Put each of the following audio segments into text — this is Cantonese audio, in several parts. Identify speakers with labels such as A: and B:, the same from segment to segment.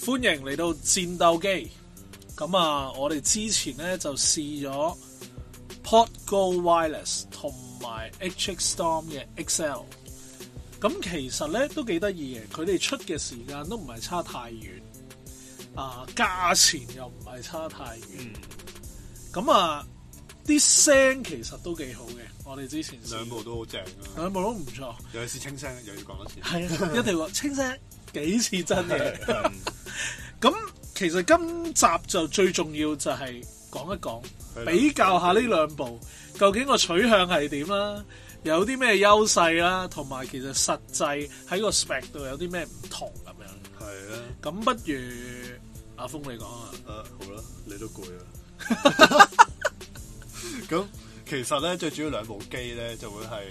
A: 歡迎嚟到戰鬥機。咁啊，我哋之前咧就試咗 Podgo Wireless 同埋 HX Storm 嘅 XL。咁其實咧都幾得意嘅，佢哋出嘅時間都唔係差太遠，啊價錢又唔係差太遠。咁啊，啲聲其實都幾好嘅，我哋之前試
B: 兩部都好正啊！
A: 兩部都唔錯，
B: 尤其是清聲，又要講多次。
A: 係啊，一定話清聲幾次真嘅。
B: 嗯
A: 咁其實今集就最重要就係講一講，
B: 係啦
A: 比較下呢兩部究竟個取向係點啦，有啲咩優勢啦，同埋其實實際喺個 spec 度有啲咩唔同咁樣。
B: 係啊，
A: 咁不如阿峰你講啊，
B: 誒好啦，你都攰啦。 咁其實咧，最主要兩部機咧就會係，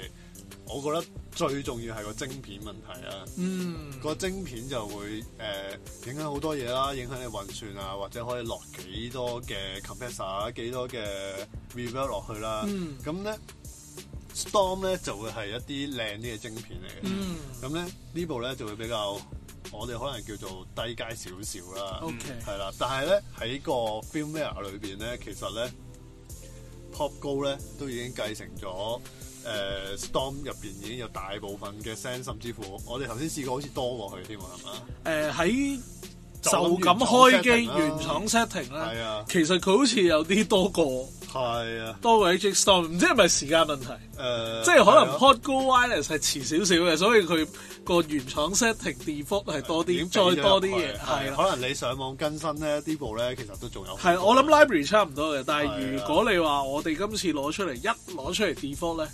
B: 我覺得最重要係個晶片問題啦。
A: 嗯，
B: 個晶片就會誒、呃影響好多嘢啦，影響你運算啊，或者可以落幾多嘅 compressor、幾多嘅 reverb 落去啦。
A: 嗯
B: 咁咧、Storm 咧就會係一啲靚啲嘅晶片嚟嘅。
A: 嗯
B: 咁咧呢部咧就會比較，我哋可能叫做低階少少啦。
A: OK
B: 嗯係啦，但係咧喺個 firmware 裏邊咧，其實咧 Pop Go 咧都已經繼承咗。誒、Storm 入邊已經有大部分嘅聲，甚至乎我哋頭先試過好似多過佢添喎，係嘛？
A: 誒喺就
B: 就
A: 咁
B: 咁
A: 開機原
B: 原
A: 廠
B: 廠
A: setting
B: 係
A: 啦
B: 啊，
A: 其實佢好似有啲多過
B: 係啊，
A: 多過 HX Storm，唔知係咪時間問題？
B: 誒、
A: 即係可能
B: 係啊
A: Hot Go Wireless 係遲少少嘅，所以佢個原廠 setting default 係多
B: 已經
A: 啲，
B: 俾咗
A: 再多啲
B: 入去
A: 嘢係啦。
B: 可能你上網更新咧，呢部咧其實都仲有。
A: 係我諗 library 差唔多嘅，但係
B: 係
A: 如
B: 啊
A: 果你話我哋今次攞出嚟一攞出嚟 default 咧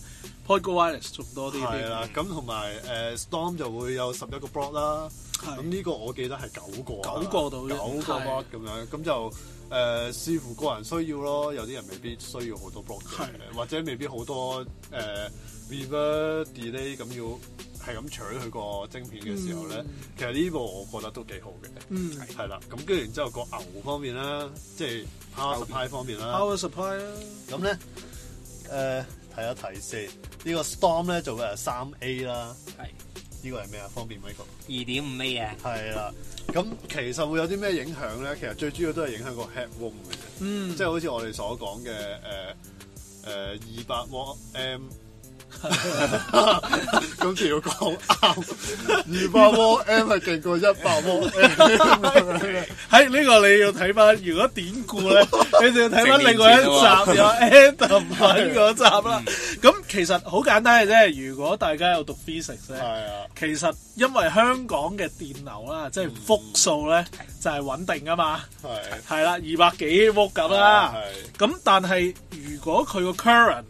A: ，Hot Go Wireless 仲多啲
B: 係
A: 啲。
B: 啦，咁同埋誒 Storm 就會有十一個 block 啦，
A: 係
B: 咁呢個我記得係九個啊，
A: 九個到啫
B: 九個
A: 係
B: block 咁樣，咁就誒視乎個人需要咯，有啲人未必需要好多 block 嘅
A: 係，
B: 或者未必好多誒 reverb delay 咁要係咁搶佢個晶片嘅時候咧
A: 嗯，
B: 其實呢部我覺得都幾好嘅，
A: 嗯
B: 係啦，咁跟住然之後個牛方面啦，即係 power supply 方面啦。
A: ，Power Supply 啊啦，
B: 咁咧，誒睇一睇先。呢、個 Storm 咧就誒三 A 啦，
C: 係
B: 呢個係咩啊？方便 Michael。
C: 二點五厘啊，
B: 係啦，咁其實會有啲咩影響咧？其實最主要都係影響個 head room 嘅啫，
A: 嗯，
B: 即係好似我哋所講嘅誒誒呃二百 w M。咁就要講啱，二百 w M 係勁過一百 w M 嘅。
A: 喺呢個你要睇翻，如果典故 咧，你就要睇翻另外一集 有 Adam 喺嗰集啦。咁其實好簡單嘅啫，如果大家有讀 physics 咧。
B: 係啊，
A: 其實因為香港嘅電流啦，即係伏數咧，就係穩定噶嘛，
B: 係。
A: 係啦，二百幾伏咁啦。
B: 哦係啊
A: 咁但係如果佢個 current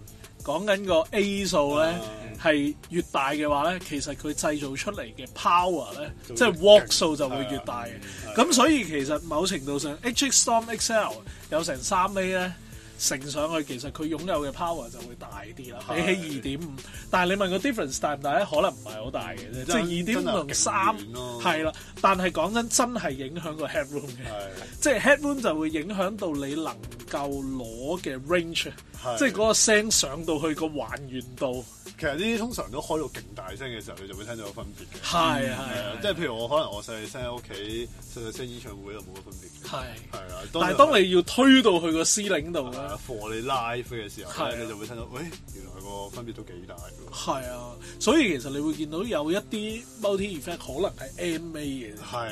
A: 講緊個 A 數咧
B: 嗯
A: 係越大嘅話咧，其實佢製造出嚟嘅 power 咧，
B: 就會
A: 即係
B: 勁
A: watt 數就會越大嘅。
B: 係
A: 咁所以其實某程度上，HX Storm XL 有成三 A 咧。乘上去其實佢擁有嘅 power 就會大啲啦，比起二點五。但係你問個 difference 大唔大咧？可能唔係好大嘅啫，即
B: 真
A: 係二點五同三
B: 真係勁遠咯
A: 係啦。但係講真，真係影響個 headroom 嘅，
B: 係。
A: 即係 headroom 就會影響到你能夠攞嘅 range，
B: 係
A: 即係嗰個聲上到去個還原度。
B: 其實呢啲通常都開到勁大聲嘅時候，你就會聽到有分別嘅。
A: 係
B: 係啊
A: 係，
B: 即係譬如我可能我細細聲喺屋企，細細聲演唱會就冇乜分別嘅。
A: 係。
B: 係啊，
A: 但係當你要推到去個 C 領度咧。
B: 誒 for 你 live 嘅時候
A: 係啊
B: 咧，你就會聽到，喂，原來個分別都幾大嘅。
A: 係啊，所以其實你會見到有一啲 multi effect 可能係 M A 嘅，
B: 係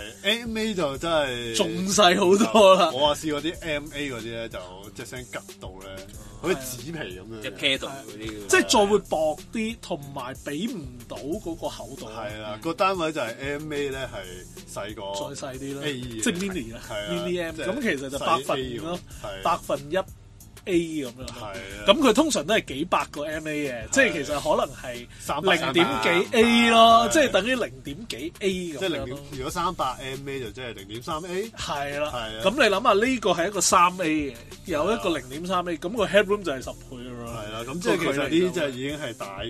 B: M A 就真係
A: 仲細好多啦。
B: 我話試過啲 M A 嗰啲咧，就隻聲吉到咧，好
A: 啊
B: 似紙皮咁樣
C: 即係
B: 嘅。
C: pedal 嗰啲，
A: 即係再會薄啲，同埋俾唔到嗰個厚度，
B: 係啦，個單位就係 M A 咧，係細個
A: 再細啲啦，
B: A
A: 即係 mini 啦
B: 係啊
A: ，mini M
B: 即係
A: 咁其實就
B: 細
A: 百分
B: A
A: 咯
B: 喎，係
A: 百分一 A 咁樣咯
B: 係。啊
A: 咁佢通常都係幾百個 MA 嘅，即係其實可能係
B: 三百
A: 零點幾
B: 三百
A: A 咯，
B: 係
A: 即係等於零點幾 A 咁
B: 即係
A: 樣
B: 零
A: 咯
B: 點，。如果三百 MA 就即係零點三 A，
A: 係啦
B: 係，啊
A: 咁你諗下呢個係一個三 A 嘅，有一個
B: 係
A: 零點三 A，咁個 headroom 就係十倍咯。
B: 係啦，咁即係其實呢只已經係大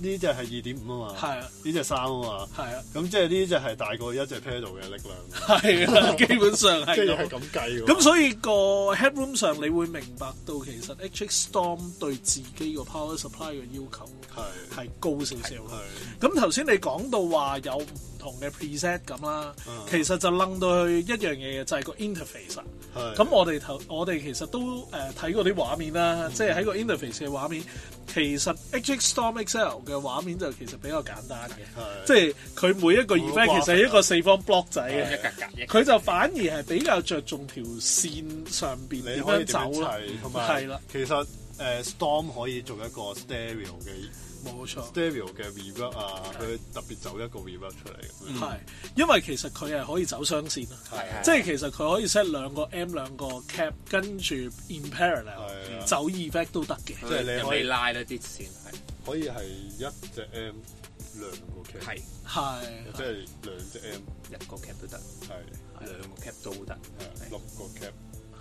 B: 呢只係二點五啊嘛，
A: 係啊
B: 呢只三啊嘛，
A: 係啊，
B: 咁即係呢只係大過一隻 pedal 嘅力量，
A: 係啦，基本上
B: 即係又
A: 係
B: 係。咁計喎。
A: 咁所以個 headroom 上，你會明白到其實 HX Storm 對自己個 power supply 嘅要求
B: 係
A: 係高少少啦。
B: 係
A: 咁頭先你講到話有唔同嘅 preset 咁啦，
B: 嗯
A: 其實就楞到去一樣嘢嘅，就係、個 interface 啊。
B: 係
A: 咁我哋頭我哋其實都誒睇、過啲畫面啦，即係喺個 interface 嘅畫面，其實 HX Storm XL 嘅畫面就其實比較簡單嘅，
B: 係
A: 即係佢每一個 event 其實係一個四方 block 仔
C: 一
A: 嘅，
C: 格格一格
A: 佢就反而係比較着重條線上邊
B: 你
A: 點
B: 可
A: 樣
B: 以點樣
A: 走啦，
B: 砌，同
A: 係啦
B: 埋其實誒 Storm 可以做一個 stereo 嘅
A: 冇錯。
B: stereo 嘅 reverb 啊，佢特別走一個 reverb 出嚟咁樣。
A: 係，因為其實佢係可以走雙線啊，
B: 係
A: 即係其實佢可以 set 兩個 M 兩個 cap，跟住 in
B: 係
A: parallel
B: 啊
A: 走 effect 都得嘅。
C: 即
B: 係你可以
C: 拉咧啲線
B: 可以係一隻 M 兩個 cap，
C: 係係
A: 係，
B: 即係兩隻 M
C: 一個 cap 都得，
B: 係
C: 兩個 cap 都得，
B: 係六個 cap，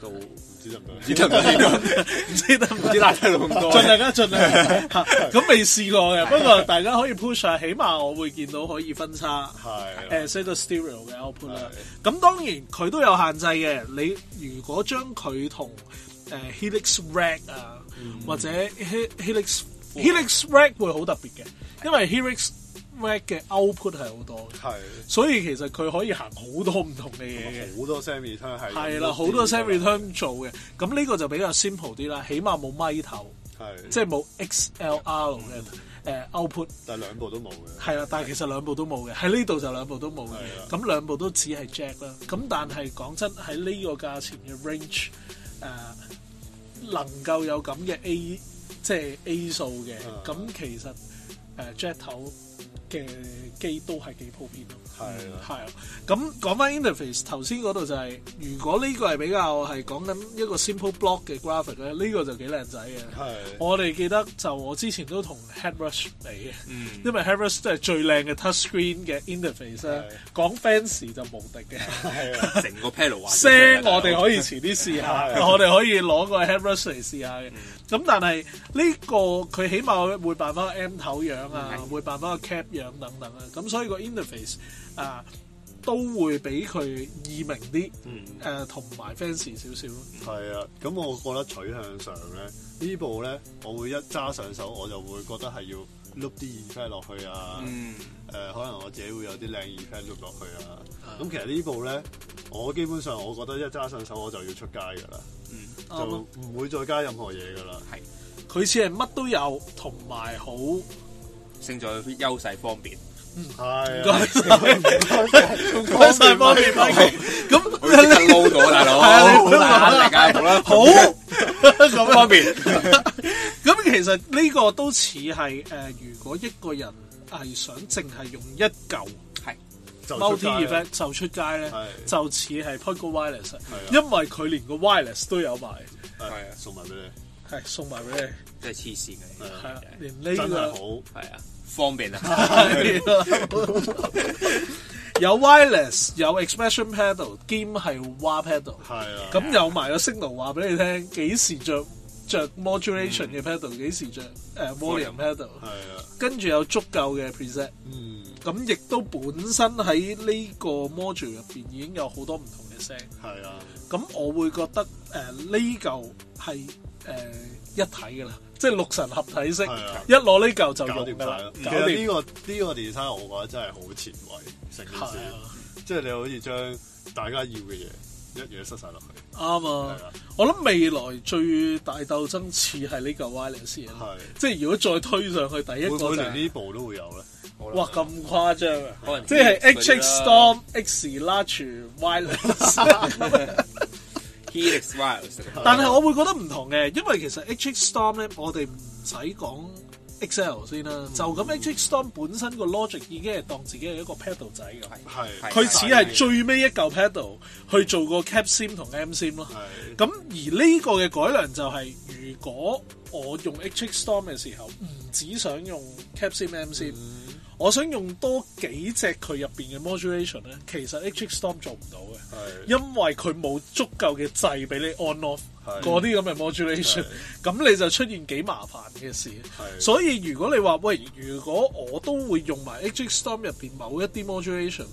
C: 都
B: 唔知得唔得？
C: 知得唔知
A: 唔知得唔
C: 唔
A: 得？
C: 知拉到咁多
A: 盡。量啦，盡量啦。嚇咁未試過嘅，不過大家可以 push 下，起碼我會見到可以分叉。
B: 係啦
A: 誒 set 到 stereo 嘅 output 啦，咁當然佢都有限制嘅。你如果將佢同誒 Helix Rack 啊，或者 He- Helix Helix Rack 會好特別嘅，因為 Helix Rack 嘅 output 係好多嘅，
B: 係
A: 所以其實佢可以行好多唔同嘅嘢嘅。
B: 好多 semi turn 係
A: 係啦，好多 semi return 做嘅，咁呢個就比較 simple 啲啦，起碼冇咪頭，
B: 係
A: 即係冇 XLR 嘅誒 output。
B: 但係兩部都冇嘅，
A: 係啦，啊但係其實兩部都冇嘅，喺呢度就兩部都冇嘅
B: 係啦，啊
A: 咁兩部都只係 jack 啦。咁但係講真，喺呢個價錢嘅 range，誒、能夠有咁嘅 A，即係 A 數嘅，
B: 嗯
A: 咁、其實誒、jack 頭嘅機都係幾普遍咯。
B: 係啦
A: 係啊，咁講翻 interface 頭先嗰度就係、如果呢個係比較係講緊一個 simple block 嘅 graphic 咧，呢、個就幾靚仔嘅。
B: 係
A: 我哋記得就我之前都同 Headrush 比嘅，
C: 嗯
A: 因為 Headrush 都係最靚嘅 touchscreen 嘅 interface 啦。講 fans 就無 敵嘅，
B: 係啊
C: 成個 panel 玩
A: 聲我哋可以遲啲試下，
B: 係
A: 我哋可以攞個 Headrush 嚟試下嘅。咁但係呢個佢起碼會扮翻個 M 頭樣啊，會扮翻個 cap 樣等等啊。咁所以個 interface 啊都會俾佢易明啲，誒同埋 fans 少少咯。
B: 係啊，咁我覺得取向上咧，呢部咧我會一揸上手我就會覺得係要 loop 啲 effect 落去啊，
C: 嗯
B: 誒可能我自己會有啲靚 effect loop 落去啊。咁其實呢部咧，我基本上我覺得一揸上手我就要出街㗎啦，
C: 嗯
A: 啱啊
B: 就唔會再加任何嘢㗎啦。
C: 係
A: 佢似係乜都有，同埋好。
C: 勝在優勢方便，
B: 係啊，
A: 唔該晒 方面 咁
C: 我要即刻撈到啊大佬，好大壓力啊，好
A: 好
C: 啦，咁方便，
A: 咁，其實呢個都似係誒，如果一個人係想淨係用一嚿
C: 係
B: 就出
A: multi
B: 街啦
A: effect 就出街咧
B: 係，
A: 就似係 p o d o Wireless，
B: 啊
A: 因為佢連個 wireless 都有埋，
C: 係啊
B: 係送埋俾你，
A: 係送埋俾你，
C: 真係黐線嘅，
A: 係啊，連呢
B: 真係
A: 個
B: 好。
C: 係啊，方便啊。
A: 係啦 有 wireless 有 expression pedal 兼係 wah pedal。
B: 係啊，
A: 咁有埋個 signal 話俾你聽，幾時着着 modulation 嘅 pedal，幾時着誒 volume pedal，
B: 係啊，
A: 跟住有足夠嘅 preset。
B: 嗯，
A: 咁亦都本身喺呢個 module 入邊已經有好多唔同嘅聲。
B: 係啊，
A: 咁我會覺得誒呃呢嚿係誒一體㗎啦，即係六神合體式。
B: 係啊
A: 一攞呢嚿就
B: 搞
A: 哎用
B: 掂
A: 㗎
B: 晒
A: 啦啊
B: 啦。，
A: 搞
B: 其實呢
A: 掂。
B: 個呢個 design 我覺得真係好前衞，成件
A: 係
B: 事，
A: 啊，
B: 即係你好似將大家要嘅嘢一嘢塞晒落去，
A: 啱啊
B: 係啊！
A: 我諗未來最大鬥爭似係呢嚿 wireless 嘢啦，
B: 係
A: 即係如果再推上去嗯第一
B: 會
A: 個
B: 唔會
A: 就係
B: 連呢部都會有咧？
A: 哇咁誇張啊！
C: 可能
A: 即係
C: Helix
A: HX
C: 嗰
A: Storm、X Large Wireless，
C: 啲啦 Helix Wireless，
A: 但係我會覺得唔同嘅，因為其實 HX Storm 咧，我哋唔使講 XL 先啦，就咁 HX Storm 本身個 logic 已經係當自己係一個 pedal 仔咁，
B: 係
C: 係
A: 佢只係最尾一嚿 pedal 去做個 cap sim 同 m sim 咯。
B: 係
A: 咁而呢個嘅改良就係、如果我用 HX Storm 嘅時候，唔只想用 Capsim MC，、我想用多幾隻佢入邊嘅 modulation 咧，其實 HX Storm 做唔到嘅。因為佢冇足夠嘅掣俾你 on off
B: 係
A: 嗰啲咁嘅 modulation，咁你就出現幾麻煩嘅事。
B: 係
A: 所以如果你話喂，如果我都會用埋 HX Storm 入邊某一啲 modulation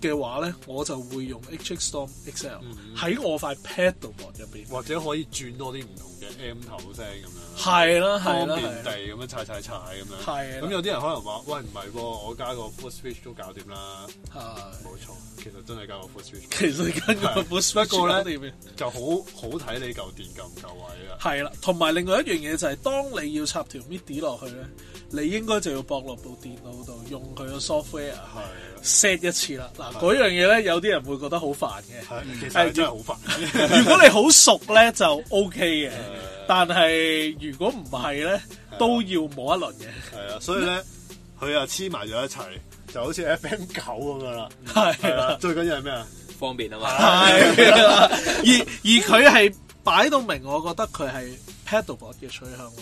A: 嘅話咧，我就會用 HX Storm XL 喺、我塊 pedalboard 入邊。
B: 或者可以轉多啲唔同嘅 M 頭聲咁樣，
A: 係啦，係
B: 方
A: 啦，
B: 便
A: 係
B: 地
A: 啦
B: 咁樣踩踩踩咁樣。
A: 係啦
B: 咁有啲人可能話：喂，唔係喎，我加個 foot switch 都搞掂啦。
A: 係。
B: 冇錯，其實真係加個 foot switch。
A: 其實跟個
B: 係
A: b o o s
B: 不過呢
A: 咧，
B: 就好好睇你嚿電夠唔夠位啦。
A: 係啦，同埋另外一樣嘢就係、當你要插條 MIDI 落去咧，你應該就要駁落部電腦度用佢個 software。啊
B: 係
A: set 一次啦。嗱，嗰樣嘢咧，有啲人會覺得好煩嘅。
B: 啊，係其實真係好煩。
A: 如果你好熟咧，就 OK 嘅。但係如果唔係咧，
B: 啊
A: 都要摸一輪嘅。
B: 係啊，所以咧，佢又黐埋咗一齊，就好似 FM 九咁樣啦。
A: 係
B: 係
A: 啦
B: 啊，，最緊要係咩啊？
C: 方便啊嘛，
A: 係啦。而而佢係擺到明，我覺得佢係 pedalboard 嘅取向咯。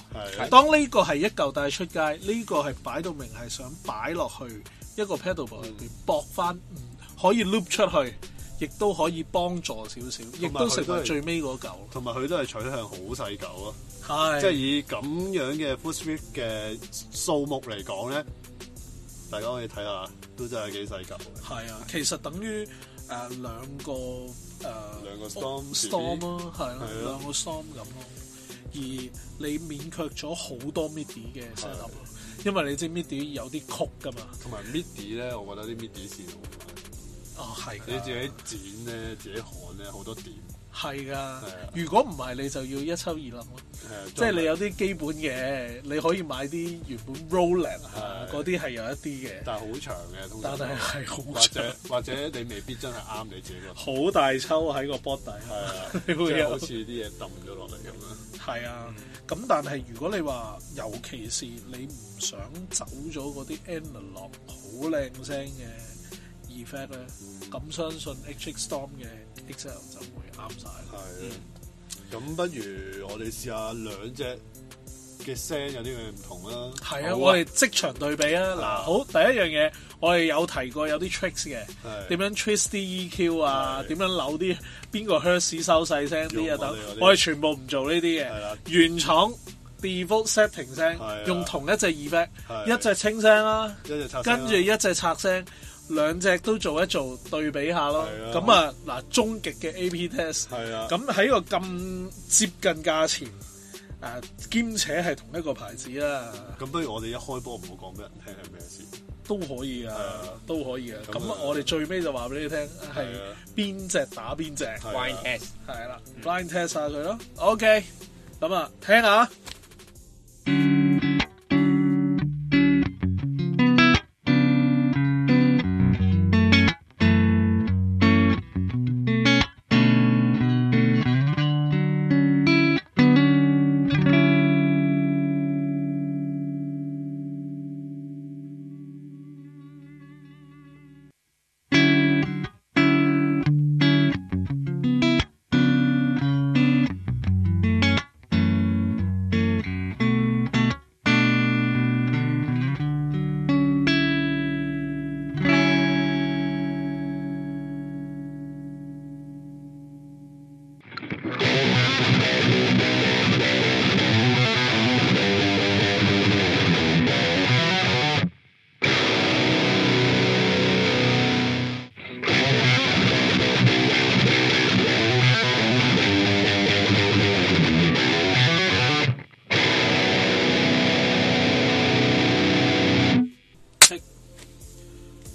B: 係
A: 當呢個係一嚿帶出街，呢、個係擺到明係想擺落去一個 pedalboard 入邊，搏翻、嗯可以 loop 出去，亦都可以幫助少少，亦
B: 同埋
A: 都
B: 佢
A: 成
B: 都
A: 為
B: 係
A: 最尾嗰嚿咯。
B: 同埋佢都係取向好細嚿咯，
A: 係
B: 即係以咁樣嘅 foot switch 嘅數目嚟講咧，大家可以睇下，都真係幾細嚿嘅。
A: 係啊，其實等於誒、呃、兩個誒、呃、
B: 兩個 storm
A: storm 咯，係啊咯、
B: 係咯
A: 兩個 storm 咁咯。而你免卻咗好多 midi 嘅 set up，咯因為你知 midi 有啲曲噶嘛。
B: 同埋 midi 咧，我覺得啲 midi 線好煩，
A: 哦，係
B: 你自
A: 㗎，
B: 己剪咧，自己焊咧，好多點。
A: 係㗎
B: 啊。
A: 如果唔係，你就要一抽二冧咯。即係你有啲基本嘅，你可以買啲原本 Roland 啊
B: 係
A: 嗰啲係有一啲嘅，
B: 但係好長嘅，通
A: 但
B: 常
A: 係 係
B: 或
A: 好
B: 者
A: 長
B: 或者你未必真係啱你自己 個頭，
A: 好大抽喺個 bot 底。
B: 係啊，即
A: 你會
B: 係
A: 有
B: 好似啲嘢抌咗落嚟咁樣。
A: 係啊，
B: 嗯
A: 咁、但係如果你話，尤其是你唔想走咗嗰啲 analog 好靚聲嘅 E effect 咧，
B: 嗯
A: 咁、相信 HX Storm 嘅 E XL 就會啱晒啦。
B: 係啊，咁不如我哋試下兩隻嘅聲有啲咩唔同啦。
A: 係
C: 好
A: 啊，
C: 啊
A: 我哋即場對比啊！嗱，
B: 啊
A: 好第一樣嘢，我哋有提過有啲 tricks 嘅，
B: 係
A: 點樣 twist 啲 EQ 啊，
B: 係
A: 點樣扭啲邊個 hertz 收細聲啲啊
B: 用我
A: 等
B: 哋嗰，啲
A: 我哋全部唔做呢啲
B: 係
A: 嘅
B: 啦，
A: 原廠 default setting 聲
B: 係啊，
A: 用同一隻 E effect，
B: 係
A: 一隻清聲啦。
B: 一隻插聲啦
A: 跟住一隻拆聲，兩隻都做一做對比下咯
B: 係。啊
A: 咁啊，嗱，終極嘅 A/P test，
B: 係啊，
A: 咁喺個咁接近價錢，啊，兼且係同一個牌子啊啦，
B: 咁不如我哋一開波唔好講俾人聽係咩事。
A: 都可以啊
B: 啊，
A: 都可以啊。咁
B: 咁啊
A: 我哋最尾就話俾你聽係
B: 啊
A: 邊只打邊只，
B: 係啊
C: wine test
A: 係啦，blind test 下佢咯。OK，咁啊，聽下。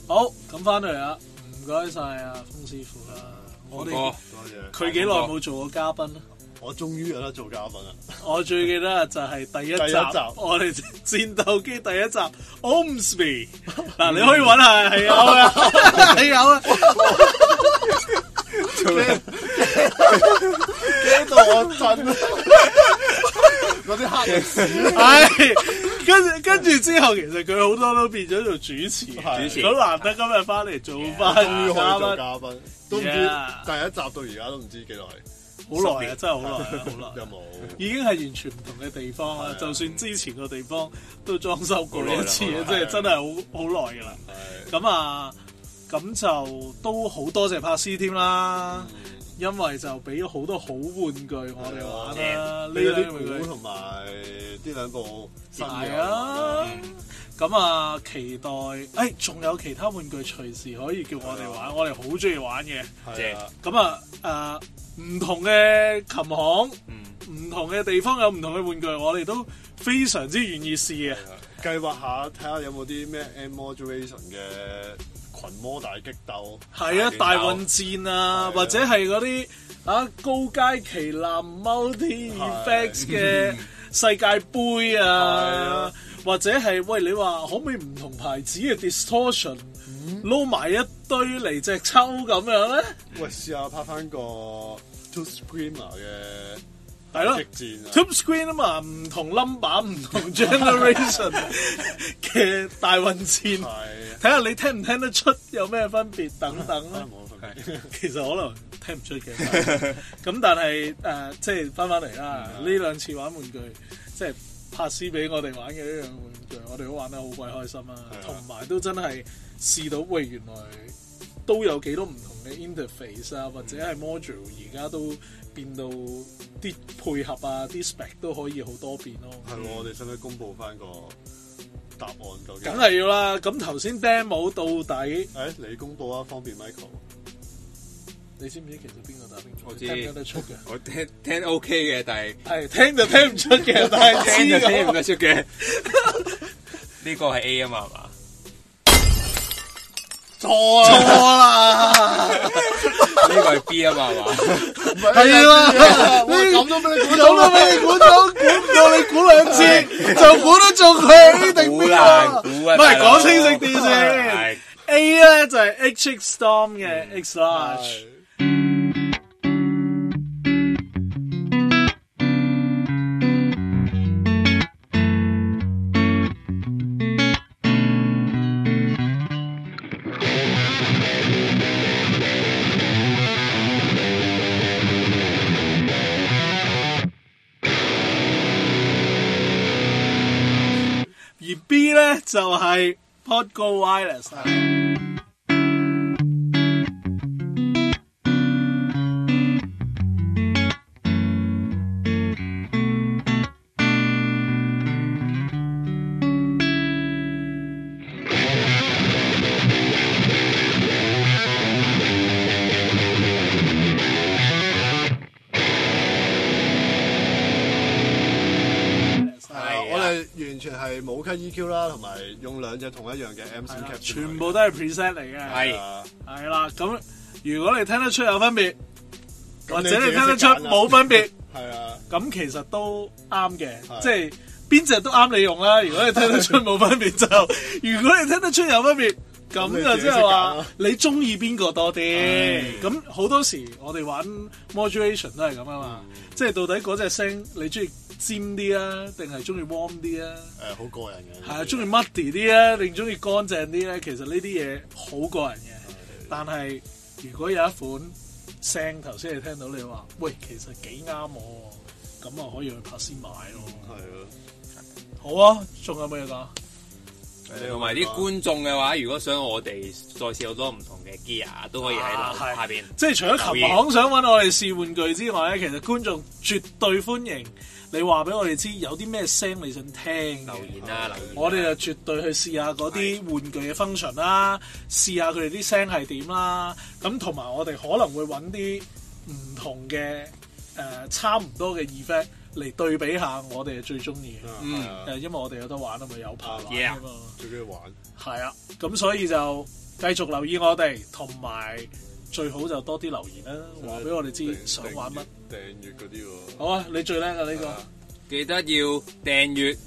A: 好，咁翻嚟啦，唔該晒啊，風師傅啦。我哋
C: 哦，
B: 多謝。
A: 佢幾耐冇做過嘉賓啊咧？
B: 我終於有得做嘉賓啦。
A: 我最記得就係第一集，
B: 第一集
A: 我哋戰鬥機第一集 Omsby 嗱，
C: 嗯
A: 你可以揾下，係 有啊，係有啊，
B: 驚到我震啊！嗰啲黑歷 史
A: 係跟住跟住之後，其實佢好多都變咗做主持，
B: 係
C: 主持
A: 咁難得今日翻嚟做翻
B: 終於可以
A: 嘉
B: 哎做
A: 賓，
B: 嘉賓，都唔知
A: Yeah
B: 第一集到而家都唔知幾耐。
A: 好耐
C: 十
A: 啊，
C: 年
A: 真係好耐啊，好
B: 有
A: 耐。
B: 冇？
A: 已經係完全唔同嘅地方 啦，就算之前個地方都裝修過一次啊，
C: 啊好耐啦好耐
A: 即係真係好好耐噶啦。
B: 係
A: 咁啊，咁就都好多謝柏斯添啦，因為就俾咗好多好玩具我哋玩啦，呢
B: 呢啲
A: 兩樣
B: 鼓
A: 嘢
B: 同埋呢兩部新嘅
A: 係啊。咁啊，期待誒，仲有其他玩具隨時可以叫我哋玩，我哋好中意玩嘅。
B: 係啊，
A: 咁啊，誒唔同嘅琴行，
C: 嗯，
A: 唔同嘅地方有唔同嘅玩具，我哋都非常之願意試嘅。
B: 啊計劃下睇下有冇啲咩 M Modulation 嘅群魔大激鬥，
A: 係啊，大混戰啊，
B: 係啊
A: 或者係嗰啲啊高階旗艦 multi effects 嘅世界盃啊
B: 啊，
A: 或者係喂你話可唔可以唔同牌子嘅 distortion 撈埋一堆嚟隻抽咁樣咧？
B: 喂，試下拍翻個 Two Screamer 嘅
A: 係咯。
B: 激戰啊！
A: Tube Screen 啊嘛，唔同 number、唔同 generation 嘅大混戰，睇
B: 係
A: 下你聽唔聽得出有咩分別等等
B: 可
A: 啦
B: 能。冇分別。
A: 其實可能聽唔出嘅，咁但係誒、呃即係翻返嚟啦。
C: 嗯
A: 呢兩次玩玩具，即係拍斯俾我哋玩嘅呢樣玩具，我哋都玩得好鬼開心啊！
B: 係啊
A: 同埋都真係試到，喂，原來都有幾多唔同嘅 interface
C: 嗯
A: 啊，或者係 module，而家都變到啲配合啊，啲 spec 都可以好多變咯。
B: 係喎，我哋使唔使公佈翻個答案究竟？
A: 梗係要啦！咁頭先 demo 到底，
B: 誒，你公佈啊，方便 Michael。
A: 你知唔知其實邊個打邊個？
C: 我知
A: 你聽唔聽得出嘅？
C: 我聽聽 OK 嘅，但係
A: 係聽就聽唔出 嘅，但係
C: 聽
A: 知
C: 就
A: 嘅
C: 聽唔得出嘅。呢個係 A 啊嘛，係嘛？
B: 錯啊！
A: 錯啦，
C: 呢個係 B 啊嘛，係嘛？
A: 係啦，
B: 我咁都俾你估
A: 咁
B: 到
A: 都
B: 啦！
A: 俾你哎估到，估唔到你估兩次就估得中佢定
C: 好
A: 邊
C: 難
A: 個？
C: 估啊！
A: 唔係
C: 大佬
A: 講清晰啲先。
C: 係
A: A 咧就係 H X Storm 嘅 X Large，而 B 咧就係 Podgo Wireless 啊。啊
B: 係我哋完全係冇 cut EQ 啦，同埋用兩隻同一樣嘅 M
A: 係
B: C
A: 啦
B: cap，
A: 啊全部都係 preset 嚟嘅，
C: 係
B: 啊
A: 係啦。咁如果你聽得出有分別，
B: 咁
A: 或
B: 你
A: 者你
B: 自己
A: 聽得出
B: 識揀啊啦
A: 冇分別。
B: 係啊，
A: 咁其實都啱嘅，
B: 係
A: 即係邊只都啱你用啦。如果你聽得出冇分別 就，如果你聽得出有分別，咁
B: 咁
A: 就
B: 你
A: 即
B: 自己識
A: 係
B: 揀
A: 話
B: 啦
A: 你中意邊個多啲。咁好多時我哋玩 modulation 都係咁啊
B: 嗯
A: 嘛，即係到底嗰隻聲你中意尖啲啊，定係中意 warm 啲啊？
B: 誒好過癮嘅。
A: 係啊，中意 muddy 啲啊，定中意乾淨啲咧？其實呢啲嘢好個人嘅，但係如果有一款聲頭先你聽到你話，喂，其實幾啱我喎，咁啊可以去拍先買咯。
B: 係咯。
A: 好啊，仲有冇嘢講？
C: 同埋啲
B: 啊
C: 觀眾嘅話，如果想我哋再試好多唔同嘅 gear，都可以喺樓
A: 啊係
C: 下邊。
A: 即係除咗琴行想揾我哋試玩具之外咧，其實觀眾絕對歡迎你話俾我哋知有啲咩聲你想聽嘅
C: 留言啦，留言啦。
A: 我哋就絕對去試下嗰啲玩具嘅 function 啦，試下佢哋啲聲係點啦。咁同埋我哋可能會揾啲唔同嘅誒、呃差唔多嘅 effect 嚟對比下，我哋係最中意嘅。
B: 嗯，係
A: 誒，
B: 啊
A: 因為我哋有得玩啊嘛，有排玩啊嘛，
B: 最中意玩。
A: 係啊，咁所以就繼續留意我哋，同埋最好就多啲留言啦，話俾我哋知想玩乜。
B: 訂閱嗰啲喎。
A: 好啊，你最叻啊呢
B: 啊
A: 個，
C: 記得要訂閱、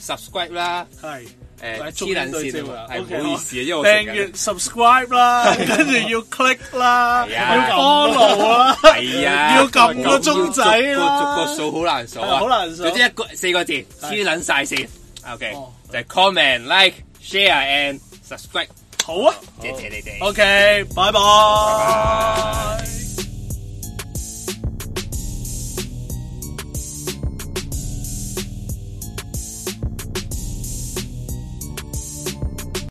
C: subscribe 啦。
A: 係。
C: 誒
A: 但係中
C: 黐
A: 間
C: 撚
A: 對焦
C: 線
A: 㗎
C: 啊，係
A: à? OK，
C: 唔好意思啊，因為我
A: 訂
C: 成
A: 閱
C: 日
A: subscribe 啦，跟住要 click 啦，
C: 係啊
A: 要 follow 啦，
C: 係啊，
A: 要撳個鐘仔啦
C: 啦，逐個數好難數
A: 係
C: 啊，
A: 好難數
C: 總之一個四個字黐撚晒線，OK，
A: 哦
C: 就係 comment、like、share and subscribe，
A: 好啊
C: 謝謝你哋。
A: ，OK，拜拜。